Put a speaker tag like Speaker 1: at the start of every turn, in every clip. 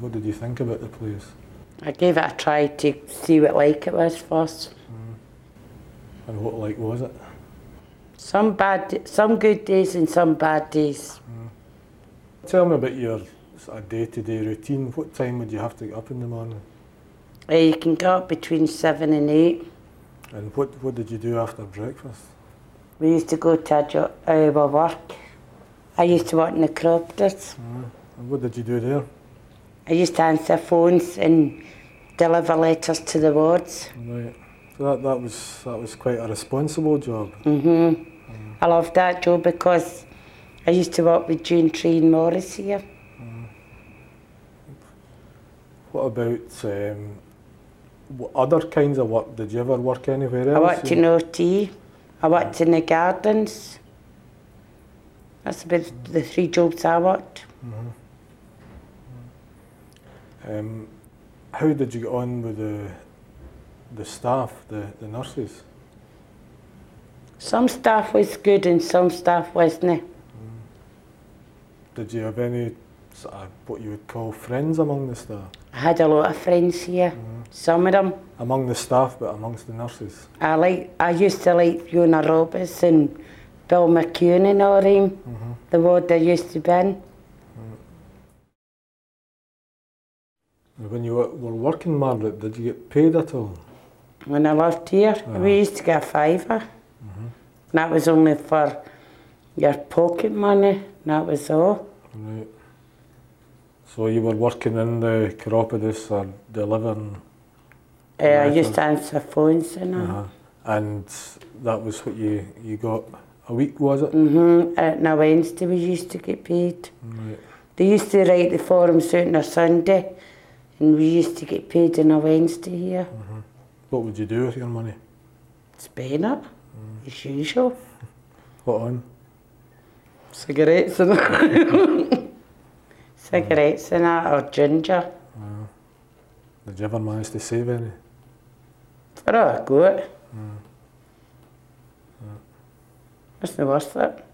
Speaker 1: What did you think about the place?
Speaker 2: I gave it a try to see what like it was first.
Speaker 1: And what like was it?
Speaker 2: Some bad, some good days and some bad days.
Speaker 1: Tell me about your sort of day-to-day routine. What time would you have to get up in the morning?
Speaker 2: Uh, you can get up between seven and eight.
Speaker 1: And what, what did you do after breakfast?
Speaker 2: We used to go to a jo- uh, well, work. I used to work in the cropters.
Speaker 1: And what did you do there?
Speaker 2: I used to answer phones and deliver letters to the wards.
Speaker 1: Right. So that, that was that was quite a responsible job.
Speaker 2: I loved that job because I used to work with June Tree and Morris here.
Speaker 1: What about um, what other kinds of work? Did you ever work anywhere
Speaker 2: I
Speaker 1: else?
Speaker 2: worked in OT. I worked in the gardens. That's about the three jobs I worked.
Speaker 1: Um, how did you get on with the the staff, the, the nurses?
Speaker 2: Some staff was good and some staff wasn't.
Speaker 1: Did you have any sort of what you would call friends among the staff?
Speaker 2: I had a lot of friends here. Some of them
Speaker 1: Among the staff, but amongst the nurses.
Speaker 2: I like. I used to like Fiona Roberts and Bill McCune and all them.
Speaker 1: Mm-hmm.
Speaker 2: The ward I used to be in.
Speaker 1: And When you were were working, Margaret, did you get paid at all?
Speaker 2: When I lived here,
Speaker 1: Uh-huh.
Speaker 2: we used to get a 5
Speaker 1: Mm-hmm.
Speaker 2: And that was only for your pocket money. And that was all.
Speaker 1: Right. So you were working in the chiropodist or delivering,
Speaker 2: Uh, I
Speaker 1: Right,
Speaker 2: used
Speaker 1: so-
Speaker 2: to answer phones and all.
Speaker 1: uh, and that was what you, you got a week, was it?
Speaker 2: Mm-hmm. Uh, now Wednesday we used to get paid.
Speaker 1: Right.
Speaker 2: They used to write the forms out on a Sunday, and we used to get paid on a Wednesday here.
Speaker 1: What would you do with your money?
Speaker 2: Spain up, as usual.
Speaker 1: What on?
Speaker 2: Cigarettes and cigarettes and that, or ginger.
Speaker 1: Did you ever manage to save any?
Speaker 2: For a goat. That's not worth it.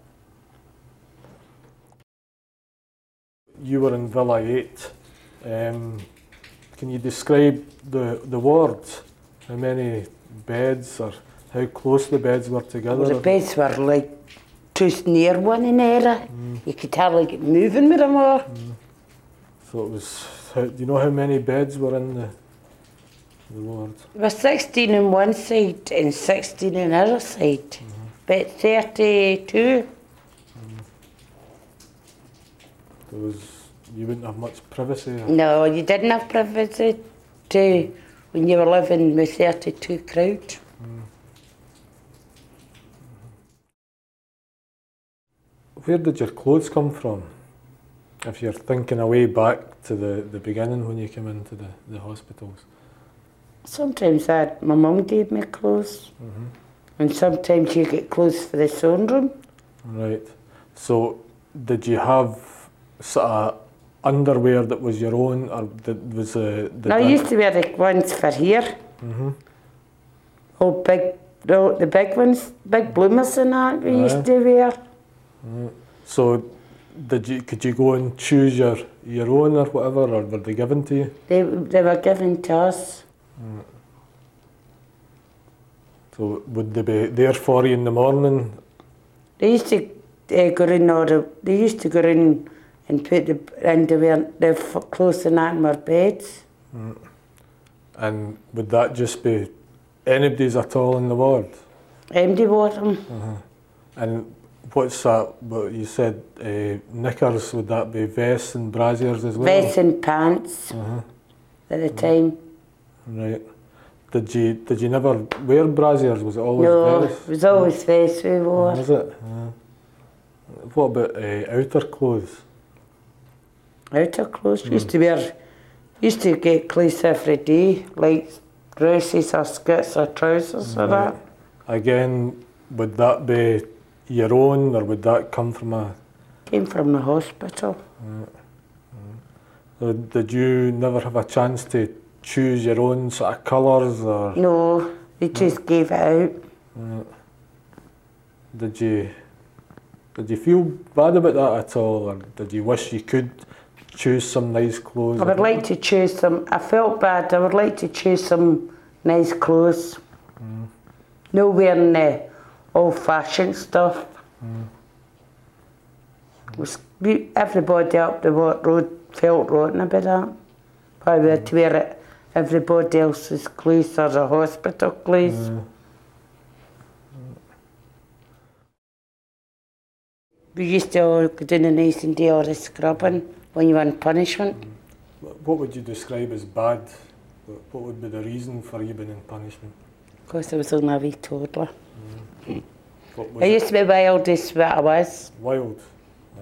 Speaker 1: You were in Villa 8. Um, can you describe the, the ward? How many beds or how close the beds were together?
Speaker 2: The beds were like too near one another. You could hardly get moving with them all.
Speaker 1: So it was, how, do you know how many beds were in the, the ward?
Speaker 2: There were 16 on one side and 16 on the other side, but 32.
Speaker 1: There was, you wouldn't have much privacy. or-
Speaker 2: No, you didn't have privacy to when you were living with 32 crowd.
Speaker 1: Where did your clothes come from? If you're thinking away back to the, the beginning when you came into the, the hospitals.
Speaker 2: Sometimes I, my mum gave me clothes,
Speaker 1: Mm-hmm.
Speaker 2: and sometimes you get clothes for the sewing room.
Speaker 1: Right. So did you have sort of underwear that was your own or that was uh, the
Speaker 2: Now I
Speaker 1: brand-
Speaker 2: used to wear the ones for here. Mm-hmm. Oh, big, no, the big ones, big bloomers and that we
Speaker 1: Aye.
Speaker 2: used to wear.
Speaker 1: So did you could you go and choose your your own or whatever or were they given to you?
Speaker 2: They, they were given to us.
Speaker 1: So would they be there for you in the morning?
Speaker 2: They used to uh, go in all the, they used to go in and put the underwear, the f- clothes and that in our beds.
Speaker 1: And would that just be anybody's at all in the ward?
Speaker 2: Empty wore them.
Speaker 1: And what's that? But you said uh, knickers. Would that be vests and brassiers as well?
Speaker 2: Vests and pants
Speaker 1: Uh-huh.
Speaker 2: at the time.
Speaker 1: Right. Did you did you never wear brassiers? Was it always Uh-huh.
Speaker 2: No,
Speaker 1: vests?
Speaker 2: it was always vests we wore.
Speaker 1: Was it? Yeah. What about uh, outer clothes?
Speaker 2: Outer clothes
Speaker 1: Mm.
Speaker 2: used to wear, used to get clothes every day, like dresses or skirts or trousers or that.
Speaker 1: Again, would that be your own, or would that come from a?
Speaker 2: Came from the hospital.
Speaker 1: or Did you never have a chance to choose your own sort of colours, or
Speaker 2: No, they just gave it out.
Speaker 1: did you? Did you feel bad about that at all, or did you wish you could choose some nice clothes.
Speaker 2: I would like to choose some. I felt bad. I would like to choose some nice clothes.
Speaker 1: Mm.
Speaker 2: No wearing the old-fashioned stuff.
Speaker 1: Mm.
Speaker 2: It Was, we- everybody up the wa- road felt rotten about that. Why we had to wear it everybody else's clothes or the hospital clothes.
Speaker 1: Mm.
Speaker 2: We used to all go down the nice and do all the scrubbing when you were on punishment.
Speaker 1: Wh- What would you describe as bad? Wh- What would be the reason for you being in punishment?
Speaker 2: Because I was only a wee toddler.
Speaker 1: What was
Speaker 2: I
Speaker 1: it?
Speaker 2: used to be wild as what I was.
Speaker 1: Wild. Aye.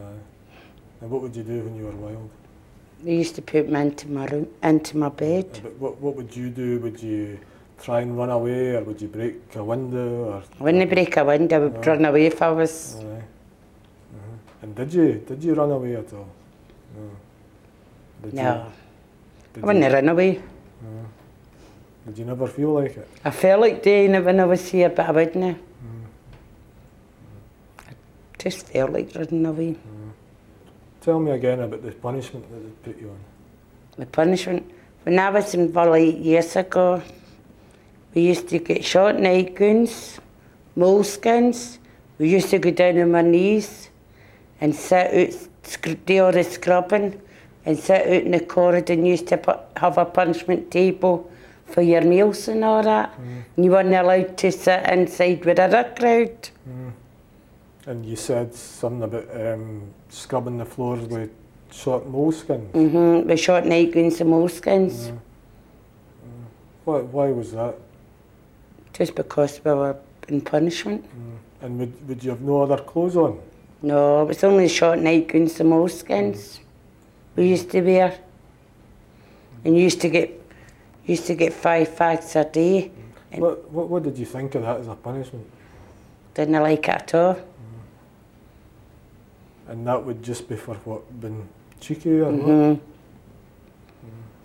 Speaker 1: and what would you do when you were wild?
Speaker 2: They used to put me into my room, into my bed.
Speaker 1: Uh, But what, what would you do? Would you try and run away, or would you break a window, or
Speaker 2: When they break a window, I would
Speaker 1: Right.
Speaker 2: run away if I was.
Speaker 1: Aye. Uh-huh. And did you did you run away at all? No. Did
Speaker 2: No,
Speaker 1: You,
Speaker 2: I
Speaker 1: did,
Speaker 2: wouldn't
Speaker 1: you,
Speaker 2: run away.
Speaker 1: did you never feel like it?
Speaker 2: I felt like doing it when I was here, but I wouldn't. I just felt like running away.
Speaker 1: Tell me again about the punishment that they put you on.
Speaker 2: The punishment. When I was in Valley eight years ago, we used to get shot night guns, moleskins. We used to go down on our knees and sit out, sc- do all the scrubbing and sit out in the corridor and used to pu- have a punishment table for your meals and all that. And you weren't allowed to sit inside with other crowd.
Speaker 1: And you said something about um, scrubbing the floors with short moleskins.
Speaker 2: hmm We shot night guns and moleskins
Speaker 1: Why, why was that?
Speaker 2: just because we were in punishment.
Speaker 1: And would, would you have no other clothes on?
Speaker 2: No, it's only short night and some old skins we used to wear. And used to get used to get five fags a day. And-
Speaker 1: What, what, what did you think of that as a punishment?
Speaker 2: Didn't like it at all.
Speaker 1: And that would just be for what? Being cheeky or what?
Speaker 2: hmm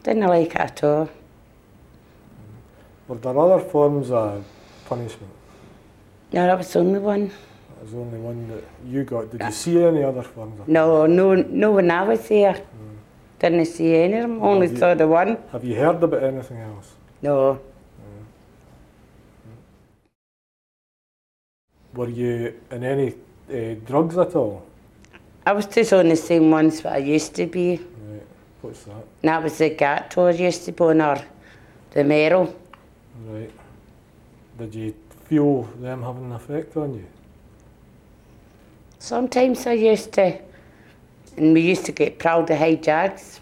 Speaker 2: Didn't like it at all.
Speaker 1: Were there other forms of punishment?
Speaker 2: No, that was the only one.
Speaker 1: There's only one that you got. Did you see any other forms? of-
Speaker 2: No, no no when I was there. Didn't see any of them, only
Speaker 1: you-
Speaker 2: saw the one.
Speaker 1: Have you heard about anything else?
Speaker 2: No.
Speaker 1: Were you in any uh, drugs at all?
Speaker 2: I was just on the same ones that I used to be.
Speaker 1: Right. What's that?
Speaker 2: And that was the gator I used to be on or the metal.
Speaker 1: Right. Did you feel them having an effect on you?
Speaker 2: Sometimes I used to, and we used to get proud of high jags.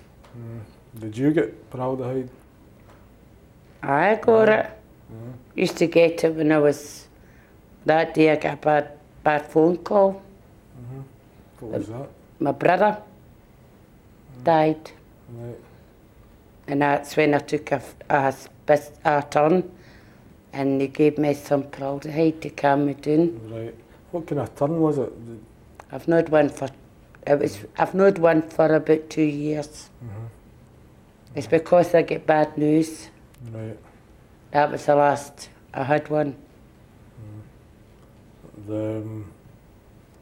Speaker 1: Did you get formaldehyde?
Speaker 2: I got it. Used to get it when I was, that day I got a bad, bad phone call.
Speaker 1: What was that?
Speaker 2: My brother died,
Speaker 1: Right.
Speaker 2: and that's when I took a, f- a, s- bis- a turn, and they gave me some proud hide to calm me down.
Speaker 1: Right. What kind of turn was it? Did-
Speaker 2: I've not one for, it was, I've not one for about two years. It's because I get bad news.
Speaker 1: Right.
Speaker 2: That was the last I had one.
Speaker 1: The um,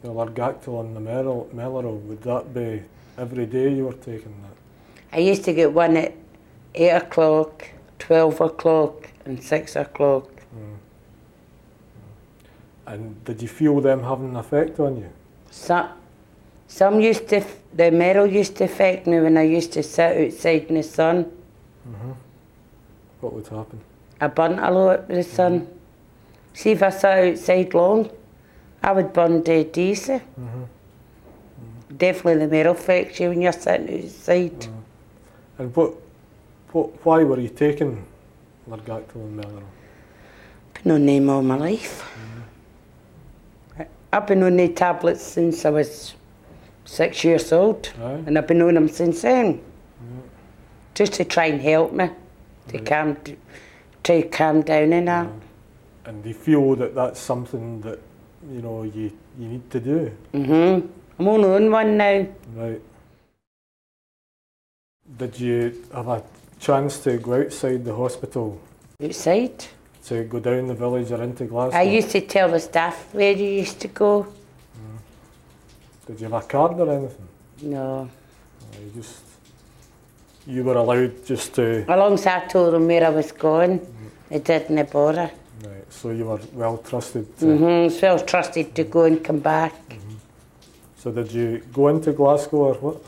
Speaker 1: the largactyl and the melor meloril. Would that be every day you were taking that?
Speaker 2: I used to get one at 8 o'clock, 12 o'clock, and 6 o'clock.
Speaker 1: And did you feel them having an effect on you?
Speaker 2: Some, some used to, f- the metal used to affect me when I used to sit outside in the sun.
Speaker 1: What would happen?
Speaker 2: I burnt a lot with the sun. See, if I sat outside long, I would burn dead easy. Definitely the metal affects you when you're sitting outside.
Speaker 1: And what, what, why were you taking Largactyl and Meloril?
Speaker 2: Been on them all my life. I- I've been on the tablets since I was six years old.
Speaker 1: Aye.
Speaker 2: And I've been on them since then. Just to try and help me, to calm, d- to calm down and that.
Speaker 1: And you feel that that's something that, you know, you, you need to do,
Speaker 2: hmm I'm only on one now.
Speaker 1: right? Did you have a chance to go outside the hospital,
Speaker 2: Outside.
Speaker 1: to go down the village or into Glasgow?
Speaker 2: I used to tell the staff where you used to go.
Speaker 1: Did you have a card or anything?
Speaker 2: No,
Speaker 1: No, you just you were allowed just to.
Speaker 2: Alongside told them where I was going, they didn't bother.
Speaker 1: Right, so you were well trusted. To,
Speaker 2: hmm It's well trusted to go and come back.
Speaker 1: So did you go into Glasgow or what?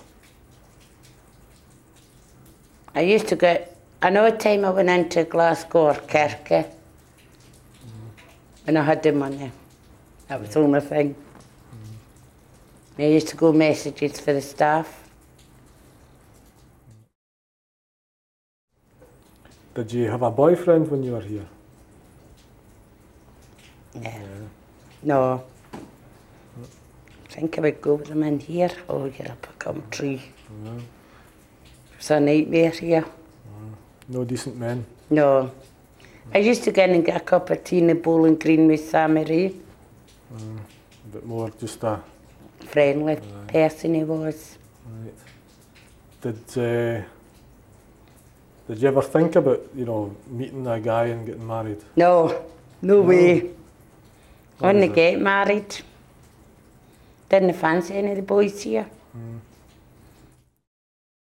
Speaker 2: I used to get, I know a time I went into Glasgow or Kirke and I had the money. That was the only thing. I used to go messages for the staff.
Speaker 1: Did you have a boyfriend when you were here?
Speaker 2: Yeah. No. I think I would go with them in here. Oh, you're up a country. It's a nightmare here.
Speaker 1: No decent men.
Speaker 2: No. I used to go in and get a cup of tea in the bowling green with Sammy Ray.
Speaker 1: but more just a
Speaker 2: Friendly person he was.
Speaker 1: right. Did uh, Did you ever think about you know meeting a guy and getting married?
Speaker 2: No, no way.
Speaker 1: What
Speaker 2: When
Speaker 1: is
Speaker 2: they
Speaker 1: it?
Speaker 2: get married, didn't fancy any of the boys here.
Speaker 1: Mm.